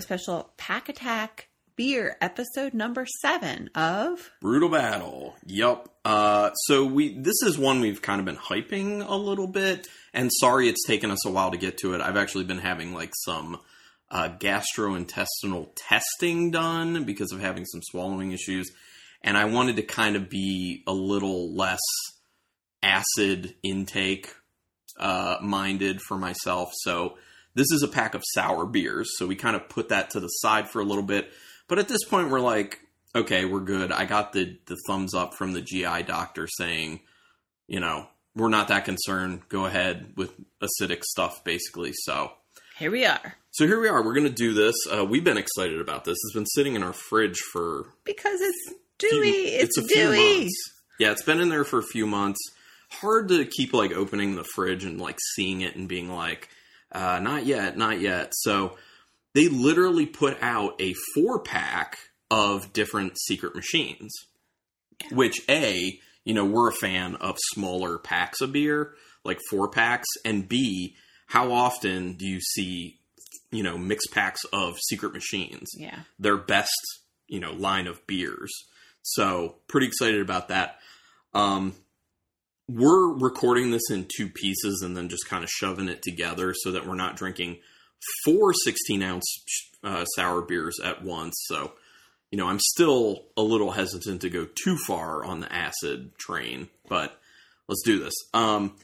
special Pack Attack Beer episode number seven of Brutal Battle. Yep. Uh, so we this is one we've kind of been hyping a little bit, and sorry it's taken us a while to get to it. I've actually been having like some uh, gastrointestinal testing done because of having some swallowing issues, and I wanted to kind of be a little less acid intake uh, minded for myself. So this is a pack of sour beers. So we kind of put that to the side for a little bit. But at this point, we're like, okay, we're good. I got the, the thumbs up from the GI doctor saying, you know, we're not that concerned. Go ahead with acidic stuff, basically. So. Here we are. So here we are. We're going to do this. Uh, we've been excited about this. It's been sitting in our fridge for Because it's dewy. it's few dewy. months. Yeah, it's been in there for a few months. Hard to keep like opening the fridge and like seeing it and being like, uh, not yet, not yet. So they literally put out a four pack of different secret machines, which a you know we're a fan of smaller packs of beer, like four packs, and b how often do you see you know mixed packs of secret machines? Yeah. their best you know line of beers. So pretty excited about that. Um, we're recording this in two pieces and then just kind of shoving it together so that we're not drinking four 16 ounce uh, sour beers at once. So you know I'm still a little hesitant to go too far on the acid train, but let's do this. Um,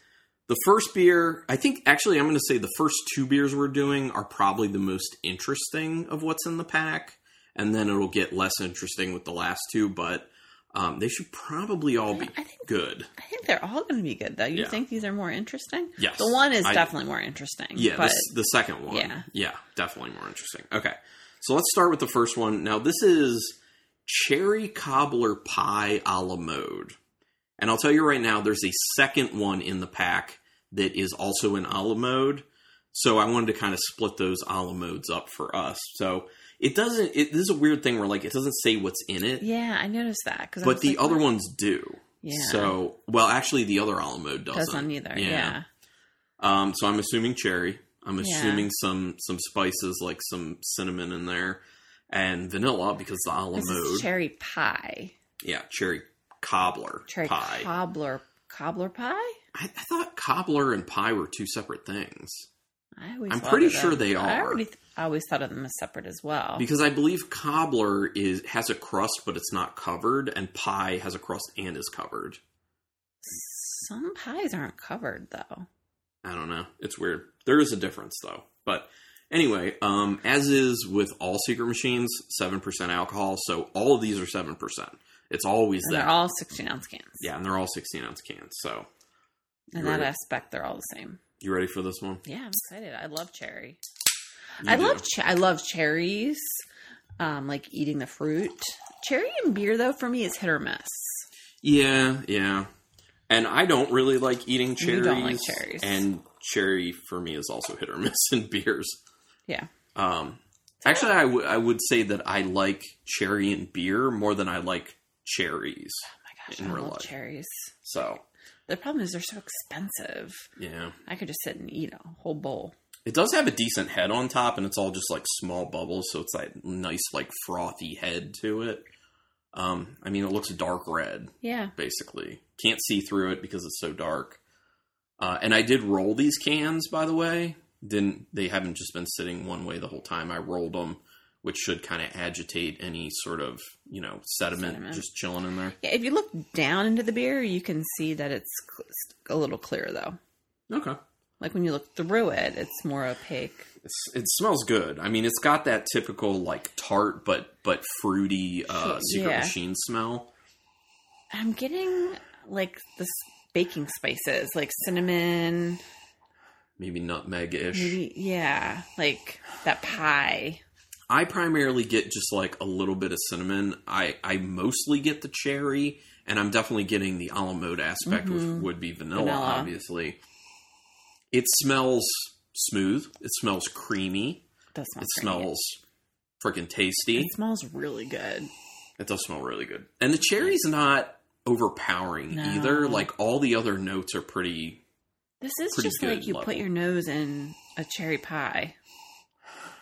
the first beer, I think actually I'm going to say the first two beers we're doing are probably the most interesting of what's in the pack and then it'll get less interesting with the last two, but um, they should probably all be I think- good. I think they're all going to be good, though. You Yeah. think these are more interesting? Yes. The one is I- definitely more interesting. Yeah, But this, the second one. Yeah. Yeah, definitely more interesting. Okay. So let's start with the first one. Now, this is cherry cobbler pie a la mode. And I'll tell you right now, there's a second one in the pack that is also in a la mode. So I wanted to kind of split those a la modes up for us. So it doesn't, it, this is a weird thing where like it doesn't say what's in it, yeah, I noticed that. Cause I but was the like, other what? ones do. Yeah. So, well, actually, the other a la mode doesn't. doesn't either. Yeah. Um, so I'm assuming cherry. I'm Yeah. assuming some some spices like some cinnamon in there and vanilla because the a la This mode. is cherry pie. yeah, cherry cobbler Cherry pie. cobbler. Cobbler pie? I, I thought cobbler and pie were two separate things I always I'm thought pretty of sure them- they I are. already th- I always thought of them as separate as well. because I believe cobbler is has a crust but it's not covered, and pie has a crust and is covered. Some pies aren't covered though. I don't know. It's weird. There is a difference though. But anyway, um, as is with all secret machines, seven percent alcohol. So all of these are seven percent. It's always And that. they're all 16 ounce cans. yeah, and they're all sixteen ounce cans. So In You're that right. aspect, they're all the same. you ready for this one? Yeah, I'm excited. I love cherry. You I do. love che- I love cherries. Um, like eating the fruit. Cherry and beer though for me is hit or miss. Yeah, yeah. And I don't really like eating cherries. You don't like cherries. And cherry for me is also hit or miss in beers. Yeah. Um, actually, I would I would say that I like cherry and beer more than I like cherries. Oh my gosh, In I real love life. cherries. So The problem is they're so expensive. yeah. I could just sit and eat a whole bowl. It does have a decent head on top, and it's all just like small bubbles, so it's that nice like frothy head to it. Um, I mean, it looks dark red Yeah. basically. Can't see through it because it's so dark. Uh, and I did roll these cans, by the way. Didn't they haven't just been sitting one way the whole time? I rolled them, which should kind of agitate any sort of you know sediment, Sediment. just chilling in there. Yeah, if you look down into the beer, you can see that it's cl- a little clearer though. Okay. Like when you look through it, it's more opaque. It's, it smells good. I mean, it's got that typical like tart but but fruity uh, secret Yeah. machine smell. I'm getting like this baking spices, like cinnamon, maybe nutmeg ish. maybe yeah, like that pie. I primarily get just like a little bit of cinnamon. I, I mostly get the cherry, and I'm definitely getting the a la mode aspect, Mhm. which would be vanilla, Vanilla. obviously. It smells smooth. It smells creamy. That smells. It great. smells freaking tasty. It smells really good. It does smell really good. And the cherry's not overpowering No. either. Like all the other notes are pretty This is Pretty just like good you level. put your nose in a cherry pie.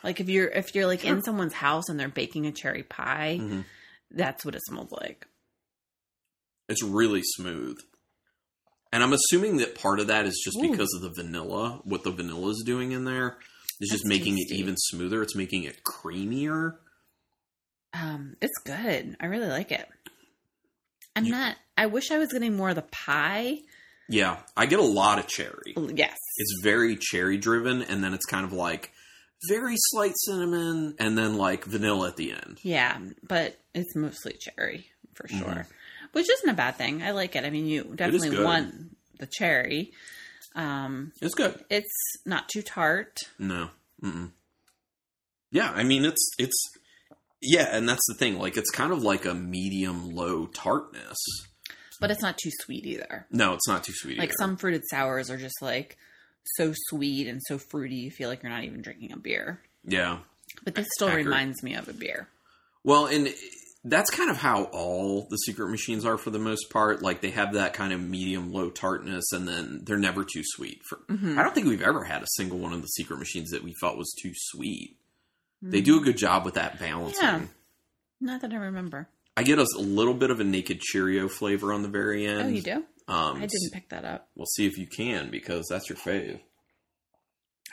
Like if you're if you're like in Sure. someone's house and they're baking a cherry pie, Mhm. that's what it smells like. It's really smooth. And I'm assuming that part of that is just Ooh. because of the vanilla, what the vanilla's doing in there. It's just That's making tasty. it even smoother. It's making it creamier. Um, it's good. I really like it. I'm You- not. I wish I was getting more of the pie. Yeah, I get a lot of cherry. Yes. It's very cherry driven, and then it's kind of like very slight cinnamon, and then like vanilla at the end. Yeah, but it's mostly cherry for Mhm. sure, which isn't a bad thing. I like it. I mean, you definitely good. want the cherry. Um, It's good. it's not too tart. No. Mm-mm. Yeah, I mean it's it's yeah, and that's the thing. Like it's kind of like a medium low tartness. but it's not too sweet either. No, it's not too sweet. Like either. some fruited sours are just like so sweet and so fruity, you feel like you're not even drinking a beer. Yeah. But this still Accurate. reminds me of a beer. Well, and that's kind of how all the secret machines are for the most part. Like they have that kind of medium low tartness, and then they're never too sweet. For Mm-hmm. I don't think we've ever had a single one of the secret machines that we felt was too sweet. They do a good job with that balancing. Yeah. Not that I remember. I get us a little bit of a naked Cheerio flavor on the very end. oh, you do? Um, I didn't pick that up. We'll see if you can because that's your fave.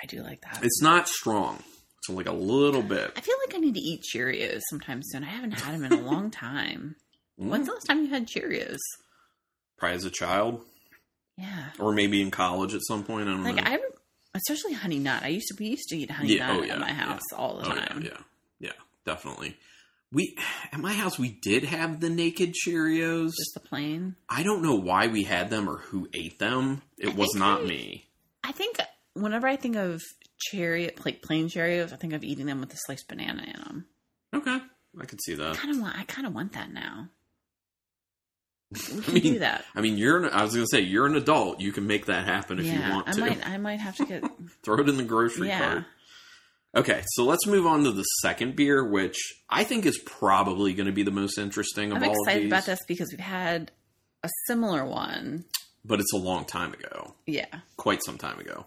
I do like that. It's not strong. It's like a little bit. I feel like I need to eat Cheerios sometime soon. I haven't had them in a long time. When's the last time you had Cheerios? Mm, Probably as a child, Yeah. or maybe in college at some point. I don't Like know. I especially honey nut. I used to we used to eat honey Mm. Yeah, nut oh, yeah, at my yeah. house all the oh yeah, time. yeah, yeah, definitely. We at my house we did have the naked Cheerios. Just the plain. I don't know why we had them or who ate them. It was think not I- me. I think whenever I think of cherry, like plain Cheerios, I think of eating them with a sliced banana in them. Okay, I could see that. Kind of want, I kind of want that now. We I can do mean, that. I mean, you're. An, I was gonna say you're an adult. You can make that happen if yeah, you want I to. might, I might have to get. Throw it in the grocery Yeah. cart. Okay, so let's move on to the second beer, which I think is probably going to be the most interesting of I'm all of excited these. about this because we've had a similar one. But it's a long time ago, Yeah, quite some time ago.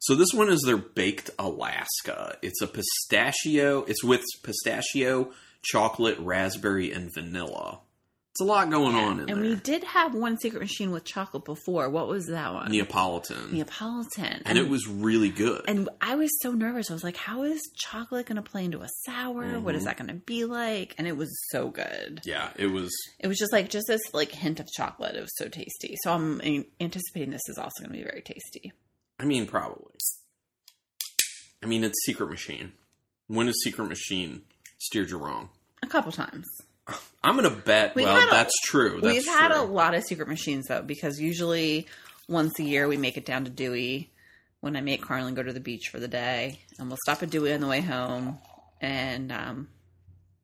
So this one is their baked Alaska. It's a pistachio. It's with pistachio, chocolate, raspberry, and vanilla. It's a lot going on in and there. we did have one secret machine with chocolate before. What was that one? Neapolitan, Neapolitan, and it was really good. And I was so nervous. I was like, "How is chocolate going to play into a sour? What is that going to be like?" And it was so good. Mm-hmm. yeah, it was. It was just like just this like hint of chocolate. It was so tasty. So I'm an- anticipating this is also going to be very tasty. I mean, probably. I mean, it's Secret Machine. When has Secret Machine steered you wrong? A couple times. I'm gonna bet. We've well, had a- that's true. That's We've had true. a lot of secret machines though, because usually once a year we make it down to Dewey when I make Carlin go to the beach for the day, and we'll stop at Dewey on the way home. And um,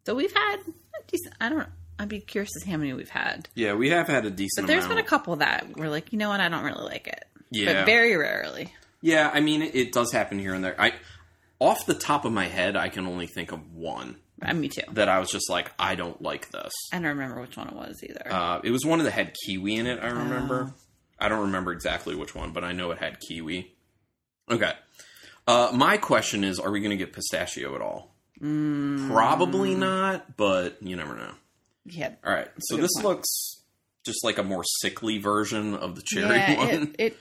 so we've had a decent. I don't. I'd be curious as to how many we've had, yeah, we have had a but decent. there's amount. been a couple that we're like, you know what, I don't really like it. Yeah, But very rarely. yeah. I mean, it, it does happen here and there. I, off the top of my head, I can only think of one Uh, me too. that I was just like, I don't like this. I don't remember which one it was either. Uh, it was one that had kiwi in Oh. it. I remember. I don't remember exactly which one, but I know it had kiwi. Okay. Uh, my question is: Are we going to get pistachio at all? Mm. Probably not, but you never know. yeah, All right. So good this point. looks just like a more sickly version of the cherry one. It, it,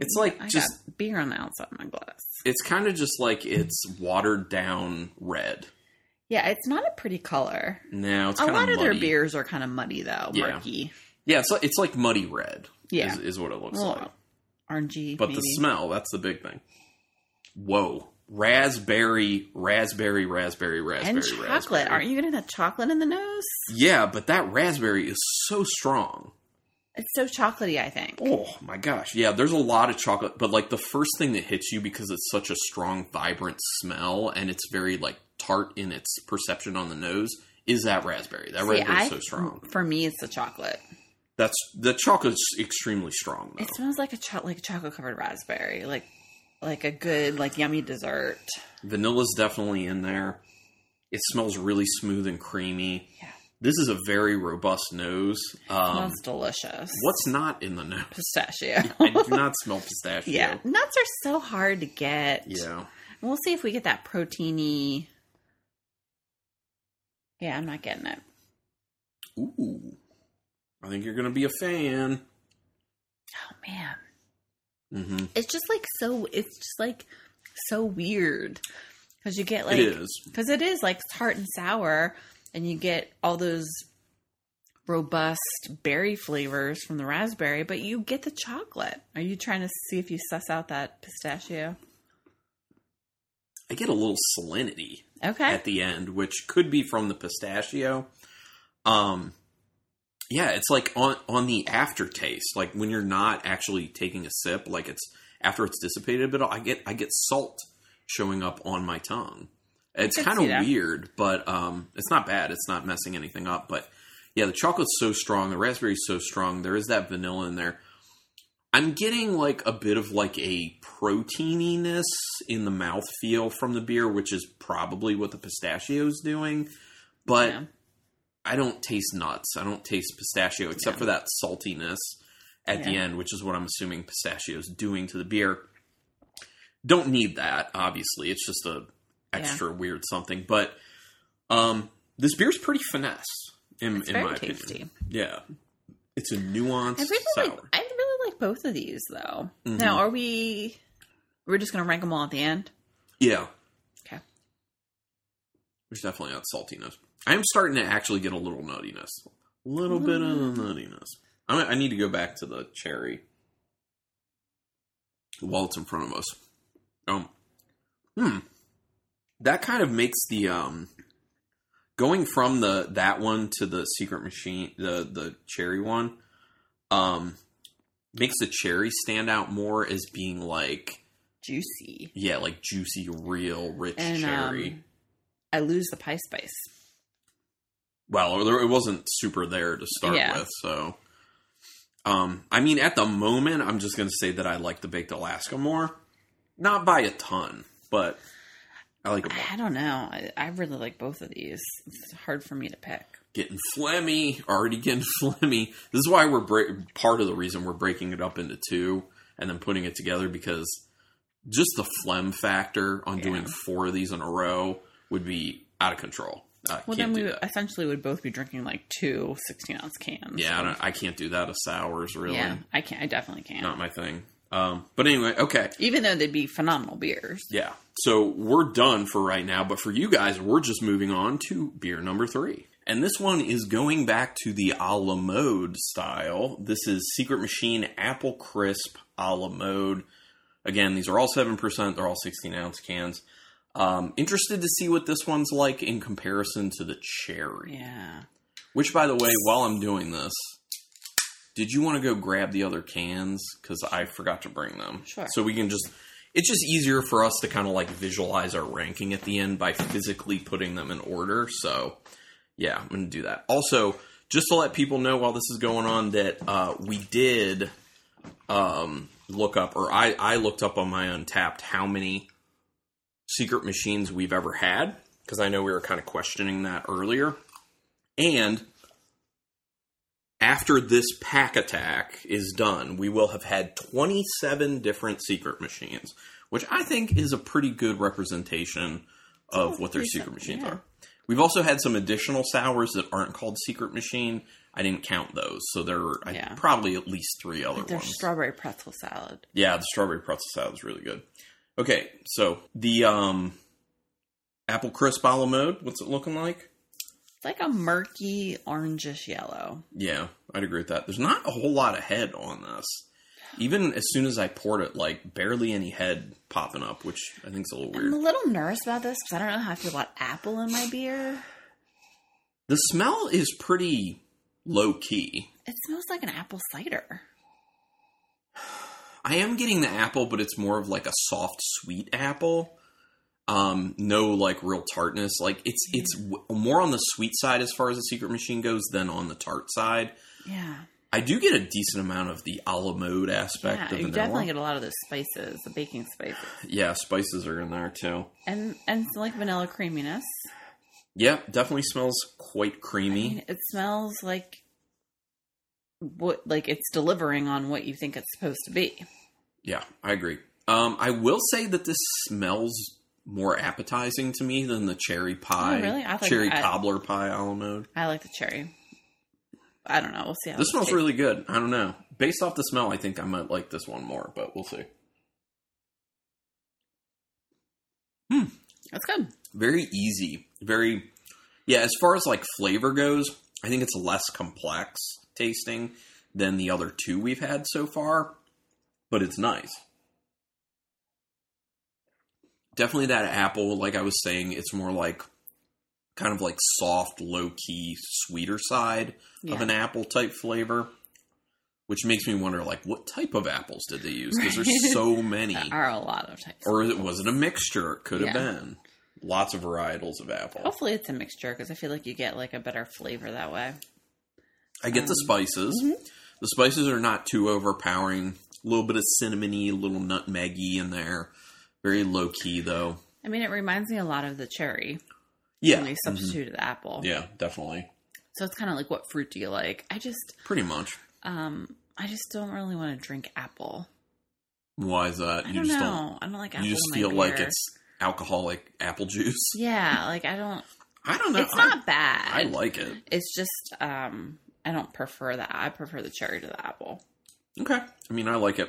It's like I just got beer on the outside of my glass. it's kind of just like it's watered down red. Yeah, it's not a pretty color. No, it's A kind lot of their muddy. beers are kind of muddy though, Yeah. murky, Yeah, it's like, it's like muddy red. Yeah. is, is what it looks Well, like. orangey. But maybe. the smell, that's the big thing. Whoa, raspberry, raspberry, raspberry, raspberry, and chocolate. raspberry. Aren't you getting that chocolate in the nose? Yeah, but that raspberry is so strong. It's so chocolatey. I think. Oh my gosh. Yeah, there's a lot of chocolate, but like the first thing that hits you because it's such a strong, vibrant smell and it's very like tart in its perception on the nose is that raspberry. That See, raspberry I- is so strong. For me, it's the chocolate. That's the chocolate's extremely strong though. It smells like a cho- like chocolate covered raspberry, like like a good like yummy dessert. Vanilla's definitely in there. It smells really smooth and creamy. Yeah. This is a very robust nose. Um, smells delicious. what's not in the nose? pistachio? I do not smell pistachio. yeah, nuts are so hard to get. Yeah. And we'll see if we get that proteiny. Yeah, I'm not getting it. Ooh. I think you're going to be a fan. Oh man, Mm-hmm. it's just like so. It's just like so weird because you get like it is. because it is like tart and sour, and you get all those robust berry flavors from the raspberry, but you get the chocolate. Are you trying to see if you suss out that pistachio? I get a little salinity Okay, at the end, which could be from the pistachio. Um, yeah, it's like on on the aftertaste, like when you're not actually taking a sip, like it's after it's dissipated a bit. I get I get salt showing up on my tongue. It's could kind see that. of weird, but um, it's not bad. It's not messing anything up. But yeah, the chocolate's so strong, the raspberry's so strong. There is that vanilla in there. I'm getting like a bit of like a proteininess in the mouthfeel from the beer, which is probably what the pistachio's doing. But Yeah. I don't taste nuts. I don't taste pistachio except Yeah. for that saltiness at the Yeah. end, which is what I'm assuming pistachio's doing to the beer. Don't need that, obviously. It's just a extra weird something. But um this beer's pretty finesse in, it's in very my tasty. opinion. Yeah. It's a nuanced I really sour. like. I really like both of these though. Mhm. Now, are we? We're just gonna rank them all at the end. Yeah. Okay. There's definitely that saltiness. I am starting to actually get a little nuttiness. A little bit of nuttiness. I, I need to go back to the cherry while it's in front of us. Um, hmm. That kind of makes the um going from the that one to the secret machine the the cherry one um makes the cherry stand out more as being like Juicy yeah like juicy real rich and cherry um, I lose the pie spice. well, there- it wasn't super there to start Yeah. with, so. Um, I mean, at the moment, I'm just going to say that I like the baked Alaska more, not by a ton, but I like it more. I don't know. I, I really like both of these. It's hard for me to pick. Getting phlegmy, already getting phlegmy. This is why we're bra- part of the reason we're breaking it up into two and then putting it together because just the phlegm factor on doing Yeah. four of these in a row would be out of control. I Well, can't then we do would- that. essentially would both be drinking like two 16 ounce cans. yeah, I, don't, I can't do that of sours, really. Yeah, I can't. I definitely can't. not my thing. Um, but anyway, okay, Even though they'd be phenomenal beers. yeah. So we're done for right now, but for you guys, we're just moving on to beer number three, and this one is going back to the a la mode style. This is Secret Machine Apple Crisp a la mode. Again, these are all seven percent. They're all sixteen ounce cans. Um, interested to see what this one's like in comparison to the cherry. Yeah. Which, by the way, while I'm doing this, did you want to go grab the other cans? Because I forgot to bring them. Sure. So we can just. It's just easier for us to kind of like visualize our ranking at the end by physically putting them in order. So, yeah, I'm going to do that. Also, just to let people know while this is going on that uh, we did um, look up, or I, I looked up on my Untapped how many secret machines we've ever had, because I know we were kind of questioning that earlier. And after this pack attack is done, we will have had 27 different secret machines, which I think is a pretty good representation of what their pretty secret good, machines yeah. are. We've also had some additional sours that aren't called secret machine. I didn't count those, so there are I- Yeah. probably at least three other Their ones. strawberry pretzel salad. Yeah, the strawberry pretzel salad is really good. Okay, so the um, apple crisp a la mode, what's it looking like? It's like a murky orangish yellow. Yeah, I'd agree with that. There's not a whole lot of head on this. Even as soon as I poured it, like barely any head popping up, which I think is a little I'm a weird. little nervous about this because I don't know how I feel about apple in my beer. The smell is pretty low key. It smells like an apple cider. I am getting the apple, but it's more of like a soft, sweet apple. Um, no, like real tartness. Like it's it's w- more on the sweet side as far as the secret machine goes than on the tart side. Yeah. I do get a decent amount of the a la mode aspect Yeah, of you vanilla. definitely get a lot of those spices, the baking spices, yeah, spices are in there too. and and some, like vanilla creaminess. Yeah, definitely smells quite creamy. And it smells like what, like it's delivering on what you think it's supposed to be. yeah, I agree. Um, I will say that this smells more appetizing to me than the cherry pie, Oh, really? I like cherry I- cobbler pie a la mode. I like the cherry. I don't know. We'll see. How This smells tastes. really good. I don't know. Based off the smell, I think I might like this one more, but we'll see. That's good. Very easy. Very, yeah, as far as like flavor goes, I think it's less complex tasting than the other two we've had so far, but it's nice. Definitely that apple, like I was saying, it's more like kind of like soft, low key, sweeter side Yeah. of an apple type flavor. Which makes me wonder, like, what type of apples did they use? Because Right. there's so many. There are a lot of types. Or is it, was it a mixture? It could have Yeah. been. Lots of varietals of apple. Hopefully, it's a mixture because I feel like you get like a better flavor that way. I get the spices. Mm-hmm. The spices are not too overpowering. A little bit of cinnamony, a little nutmeggy in there. Very low key though. I mean, it reminds me a lot of the cherry Yeah. Mm-hmm. when they substituted the apple. Yeah, definitely. So it's kind of like, what fruit do you like? I just, Pretty much. um, I just don't really want to drink apple. Why is that? I don't just know. I don't like apple. you just in my feel like beer. it's alcoholic apple juice. yeah, like I don't. I don't know. It's I- not bad. I like it. It's just, um, I don't prefer that. I prefer the cherry to the apple. Okay. I mean, I like it.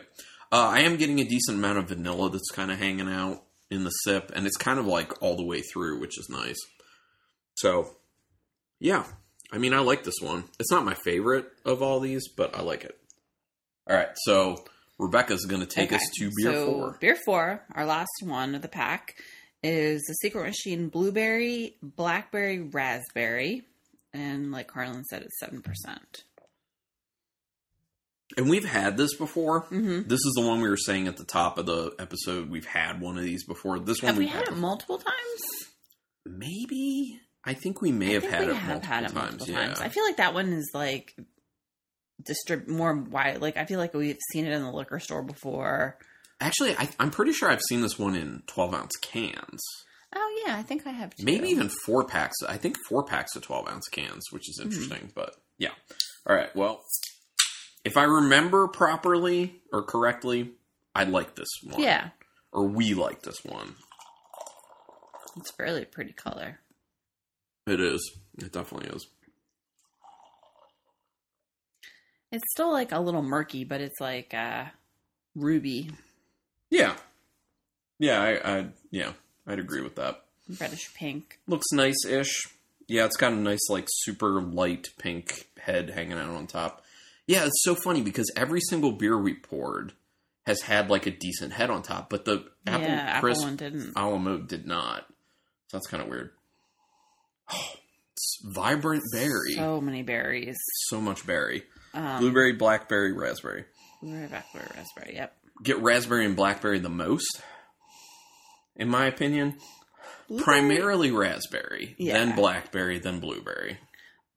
Uh, I am getting a decent amount of vanilla that's kind of hanging out in the sip, and it's kind of like all the way through, which is nice. So, yeah. I mean, I like this one. It's not my favorite of all these, but I like it. All right. So, Rebecca's going to take Okay, us to beer so four. Beer four, our last one of the pack, is the Secret Machine Blueberry, Blackberry, Raspberry, and like Carlin said, it's seven percent. And we've had this before. Mm-hmm. This is the one we were saying at the top of the episode. We've had one of these before. This one Have we we've had it before. multiple times? Maybe. I think we may I have think had we it have multiple had it times. multiple yeah. times. I feel like that one is like distrib more wide. Like I feel like we've seen it in the liquor store before. Actually, I, I'm pretty sure I've seen this one in 12 ounce cans. Oh yeah, I think I have. Too. Maybe even four packs. I think four packs of 12 ounce cans, which Hmm. is interesting. But yeah. All right. Well, if I remember properly or correctly, I like this one. Yeah, Or we like this one. it's fairly pretty color. It is. It definitely is. It's still like a little murky, but it's like uh, ruby, Yeah. Yeah. I, I yeah. I'd agree with that. reddish pink. Looks nice ish. Yeah, it's got a nice, like, super light pink head hanging out on top. Yeah, it's so funny because every single beer we poured has had, like, a decent head on top, but the apple yeah, crisp apple one didn't. Alamo did not. So that's kind of weird. Oh, it's vibrant berry. So, So many berries. much berry. Um, Blueberry, blackberry, raspberry. blueberry, blackberry, raspberry. Yep. Get raspberry and blackberry the most, in my opinion. Blueberry- Primarily raspberry, Yeah. then blackberry, then blueberry.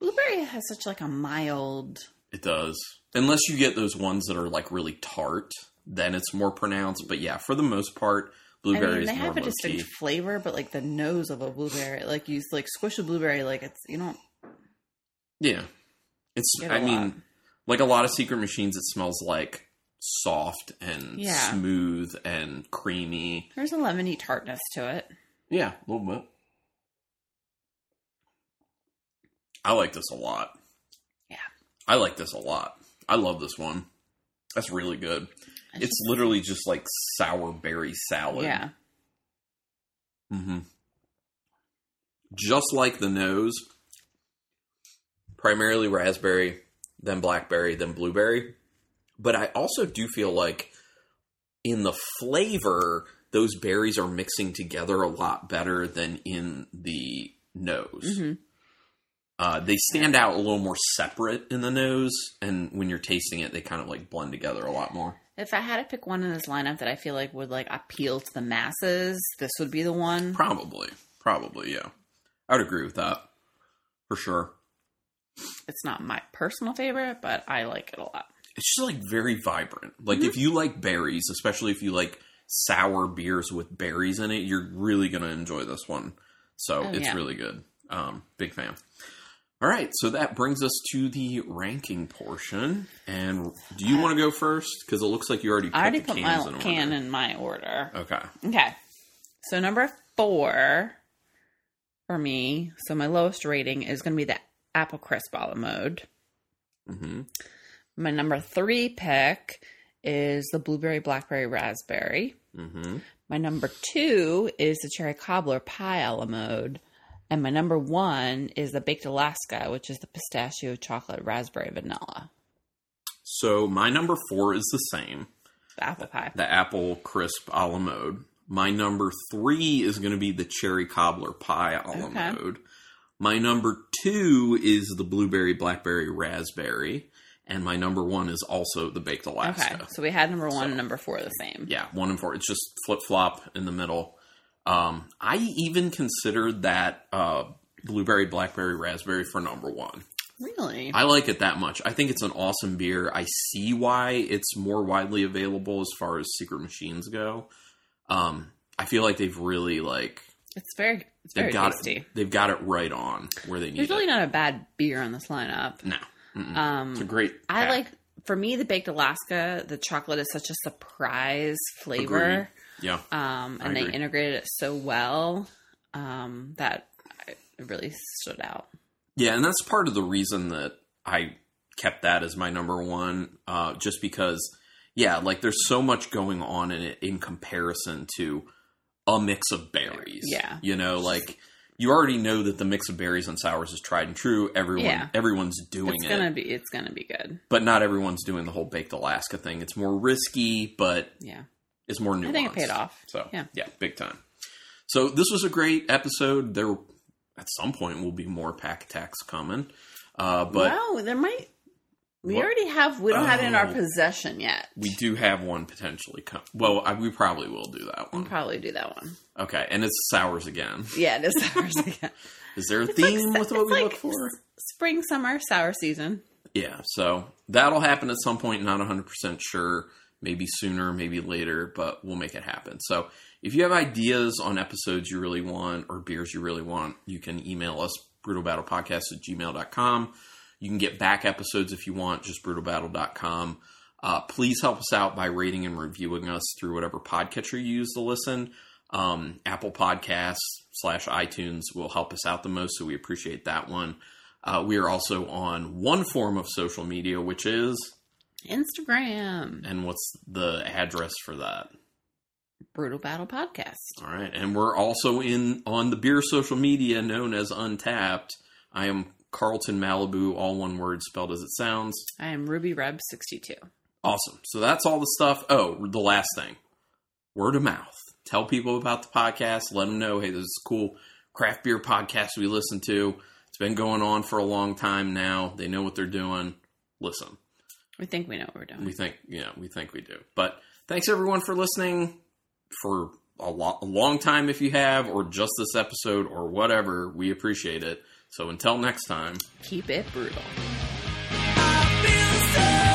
Blueberry has such like a mild. It does. Unless you get those ones that are like really tart, then it's more pronounced. But yeah, for the most part, I mean, blueberry they is more have a low distinct key. flavor, but like the nose of a blueberry, like you like squish a blueberry, like it's you don't Yeah, it's. get a I mean, lot. like a lot of secret machines, it smells like soft and Yeah. smooth and creamy. There's a lemony tartness to it. Yeah, a little bit. I like this a lot. Yeah. I like this a lot. I love this one. That's really good. It's, literally just like sour berry salad. yeah, Mm-hmm. Just like the nose, primarily raspberry, then blackberry, then blueberry. But I also do feel like in the flavor, those berries are mixing together a lot better than in the nose. hmm Uh, they stand out a little more separate in the nose, and when you're tasting it, they kind of like blend together a lot more. If I had to pick one in this lineup that I feel like would like appeal to the masses, this would be the one. Probably, probably, yeah. I would agree with that for sure. It's not my personal favorite, but I like it a lot. it's just like very vibrant. Like if you like berries, especially if you like sour beers with berries in it, you're really gonna enjoy this one. So Oh, it's yeah. really good. Um, big fan. All right, so that brings us to the ranking portion. And do you want to go first? Because it looks like you already put I already the put cans my in can order. in my order. Okay. Okay. So number four for me. So my lowest rating is going to be the apple crisp a la mode. hmm My number three pick is the blueberry blackberry raspberry. hmm My number two is the cherry cobbler pie a la mode. And my number one is the baked Alaska, which is the pistachio chocolate raspberry vanilla. So my number four is the same. The apple pie. the apple crisp a la mode. My number three is going to be the cherry cobbler pie a la Okay. mode. My number two is the blueberry blackberry raspberry, and my number one is also the baked Alaska. Okay. So we had number one So- and number four the same. Yeah, one and four. It's just flip flop in the middle. Um, I even considered that uh, blueberry blackberry raspberry for number one. Really? I like it that much. I think it's an awesome beer. I see why it's more widely available as far as secret machines go. Um, I feel like they've really like it's very it's they've very got tasty. it. They've got it right on where they need There's really it. not a bad beer on this lineup. No, Mm-mm. Um Mm, it's a great. I pack. like for me the baked Alaska, the chocolate is such a surprise flavor. Agreed. Yeah, um, I and they agree. integrated it so well um, that I- it really stood out. yeah, and that's part of the reason that I kept that as my number one, uh, just because. Yeah, like there's so much going on in it in comparison to a mix of berries. Yeah. You know, like you already know that the mix of berries and sours is tried and true. Everyone Yeah. everyone's doing It's it. gonna be it's gonna be good. But not everyone's doing the whole baked Alaska thing. It's more risky, but Yeah, it's more nuanced. I think it paid off. So yeah. Yeah. big time. So this was a great episode. There at some point will be more pack attacks coming. Uh, but wow, there might we What? already have we don't have it in our Oh. possession yet. we do have one potentially come. Well, I, we probably will do that We'll one. probably do that one. Okay, and it's sours again. Yeah, it is ours again. Is there a It's like theme sa- it's with what we look like for? Spring, summer, sour season. Yeah, so that'll happen at some point. Not 100% sure. Maybe sooner, maybe later, but we'll make it happen. So if you have ideas on episodes you really want or beers you really want, you can email us brutalbattlepodcast at gmail.com. You can get back episodes if you want, just brutalbattle.com. Uh, please help us out by rating and reviewing us through whatever podcatcher you use to listen. Um, Apple Podcasts slash iTunes will help us out the most, so we appreciate that one. Uh, we are also on one form of social media, which is, Instagram, and what's the address for that? Brutal Battle Podcast. All right, and we're also in on the beer social media known as Untapped. I am Carlton Malibu, all one word, spelled as it sounds. I am Ruby Reb sixty two. Awesome. So that's all the stuff. Oh, the last thing word of mouth. Tell people about the podcast. Let them know, hey, this is a cool craft beer podcast we listen to. It's been going on for a long time now. They know what they're doing. Listen. We think we know what we're doing. We think, yeah, we think we do. But thanks everyone for listening for a, lo- a long time if you have, or just this episode, or whatever. We appreciate it. So until next time. Keep it brutal. I've been so